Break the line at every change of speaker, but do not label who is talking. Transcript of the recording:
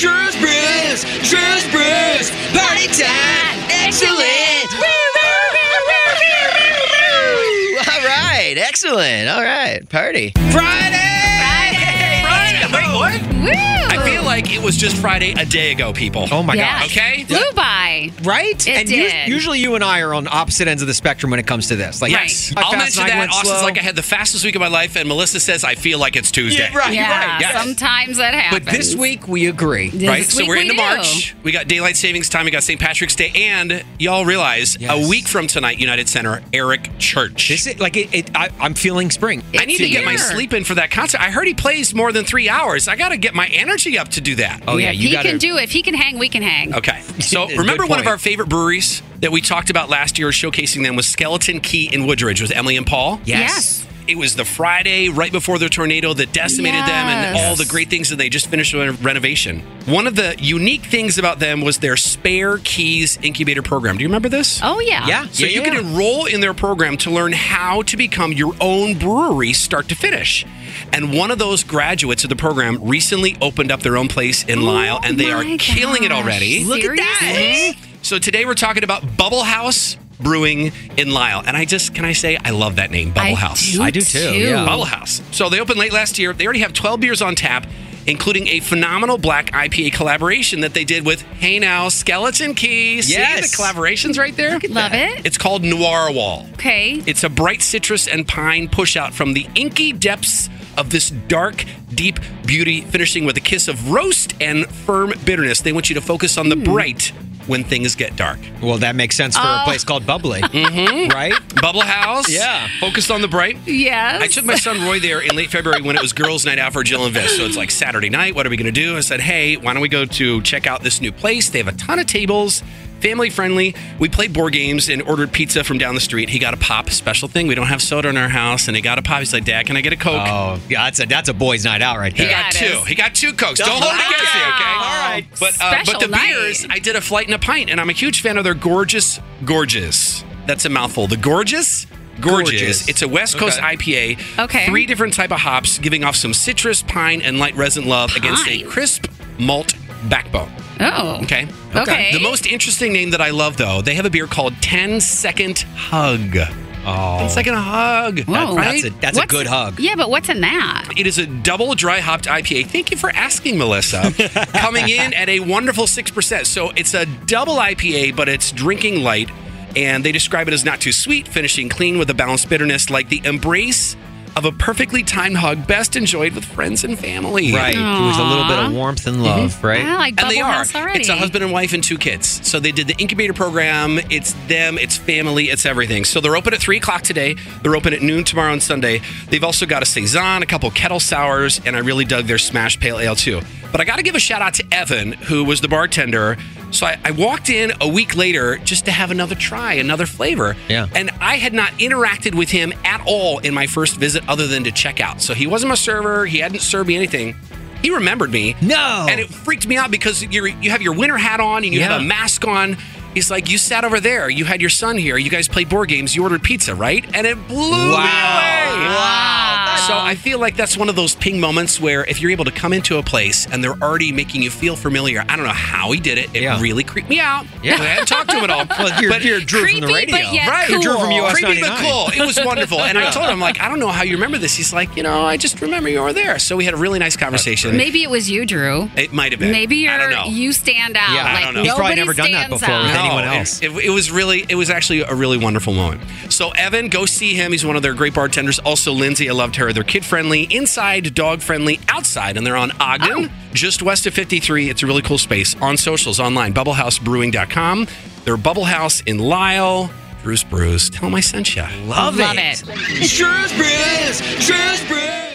Shrewsbury's, Shrewsbury's, party time, excellent. all right, excellent. All right, party. Friday.
Friday! Wait, what?
Woo!
I feel like it was just Friday a day ago, people.
Oh my
yeah.
gosh.
Okay?
Flew by.
Right?
It
and us-
did.
usually you and I are on opposite ends of the spectrum when it comes to this. Like,
Yes.
I
I'll
fast
mention
and I
that.
went
Austin's
slow.
like, I had the fastest week of my life, and Melissa says, I feel like it's Tuesday.
Yeah, right.
yeah.
right, yes.
Sometimes that happens.
But this week we agree.
This
right? so
week
we're
we
into
do.
March. We got daylight savings time. We got St. Patrick's Day, and y'all realize
Yes.
a week from tonight, United Center, Eric Church.
This is, like it, it I, I'm feeling spring.
I need to get my sleep in for that concert. I heard he plays more than three hours. I got to get my energy up to do that.
Oh yeah,
if
you
he
gotta
can do it. If he can hang, we can hang.
Okay. So
Good
remember one of
point.
our favorite breweries that we talked about last year, showcasing them was Skeleton Key in Woodridge with Emily and Paul.
Yes.
It was the Friday right before the tornado that decimated them and
Yes.
all the great things that they just finished their renovation. One of the unique things about them was their spare keys incubator program. Do you remember this?
Oh yeah.
Yeah.
So you can enroll in their program to learn how to become your own brewery start to finish. And one of those graduates of the program recently opened up their own place in Lyle and they are
Oh My
killing it
gosh.
already.
Seriously?
So today we're talking about Bubble House Brewing in Lyle. And I just can I say I love that name, Bubble
I
House.
do
I do too, yeah.
Bubble House. So they opened late last year. They already have 12 beers on tap, including a phenomenal black IPA collaboration that they did with Hey Now Skeleton Key. See
Yes.
the collaborations right there?
Love it.
It's called Noir Wall.
Okay.
It's a bright citrus and pine push out from the inky depths of this dark, deep beauty, finishing with a kiss of roast and firm bitterness. They want you to focus
Hmm.
on the bright when things get dark.
Well, that makes sense for
Oh.
a place called Bubbly,
Mm-hmm.
right?
Bubble House.
Yeah.
Focused on the bright.
Yes.
I took my son Roy there in late February when it was girls' night out for Jill and Viz. So it's like Saturday night. What are we going to do? I said, hey, why don't we go to check out this new place? They have a ton of tables, family friendly. We played board games and ordered pizza from down the street. He got a pop, special thing. We don't have soda in our house, and he got a pop. He's like, Dad, can I get a Coke?
Oh, yeah, that's a that's a boys' night out right
He
there.
got
Yeah, it
two.
is.
He got two Cokes. Don't hold it against me, okay?
Wow. All right.
But, uh, but
Special
the
night.
beers, I did a flight and a pint, and I'm a huge fan of their gorgeous, gorgeous. That's a mouthful. The gorgeous. Gorgeous.
Gorgeous.
It's a West Coast
Okay.
IPA.
Okay.
Three different type of hops, giving off some citrus, pine, and light resin love against a
Pine.
crisp malt backbone.
Oh.
Okay.
Okay. Okay.
The most interesting name that I love, though, they have a beer called 10 Second Hug.
Oh,
10 Second Hug.
Whoa.
Right?
that's a that's a
What's-
good hug.
Yeah, but what's in that?
It is a double dry hopped IPA. Thank you for asking, Melissa. Coming in at a wonderful 6%. So it's a double IPA, but it's drinking light. And they describe it as not too sweet, finishing clean with a balanced bitterness, like the embrace of a perfectly timed hug, best enjoyed with friends and family.
Right. It was a little bit of warmth and love, right?
I like
And
Bubble
they are.
House already.
It's a husband and wife and two kids. So they did the incubator program. It's them, it's family, it's everything. So they're open at three o'clock today. They're open at noon tomorrow and Sunday. They've also got a saison, a couple kettle sours, and I really dug their smash pale ale too. But I got to give a shout out to Evan, who was the bartender. So I, I walked in a week later just to have another try, another flavor.
Yeah.
And I had not interacted with him at all in my first visit, other than to check out. So he wasn't my server. He hadn't served me anything. He remembered me.
No.
And it freaked me out because you're, you have your winter hat on and you have
Yeah.
a mask on. He's like, you sat over there. You had your son here. You guys played board games. You ordered pizza, right? And it blew me away.
Uh, Oh,
So I feel like that's one of those ping moments where if you're able to come into a place and they're already making you feel familiar, I don't know how he did it. It
Yeah.
really creeped me out.
Yeah.
I hadn't talked to him at all.
Well, you're,
But-
you're Drew from
Creepy,
the radio.
but yet
Right,
cool.
you're
Drew from US
Creepy but
99.
cool. It was wonderful. And I told him, like, I don't know how you remember this. He's like, you know, I just remember you were there. So we had a really nice conversation.
Maybe it was you, Drew.
It might have been.
Maybe you're
I don't know.
you stand out.
Yeah, I
like,
don't know.
He's probably
nobody
never done that
stands
before with
out.
any- anyone
it-
else.
It, it was really, it was actually a really wonderful moment. So Evan, go see him. He's one of their great bartenders. Also Lindsay, I loved her. They're kid friendly, inside dog friendly, outside, and they're on
Oh.
Ogden, just west of 53. It's a really cool space. On socials, online, BubbleHouseBrewing.com. They're Bubble House in Lyle. Bruce Bruce, tell him I sent you.
Love,
Love it.
Shrewsbury's, Shrewsbury's.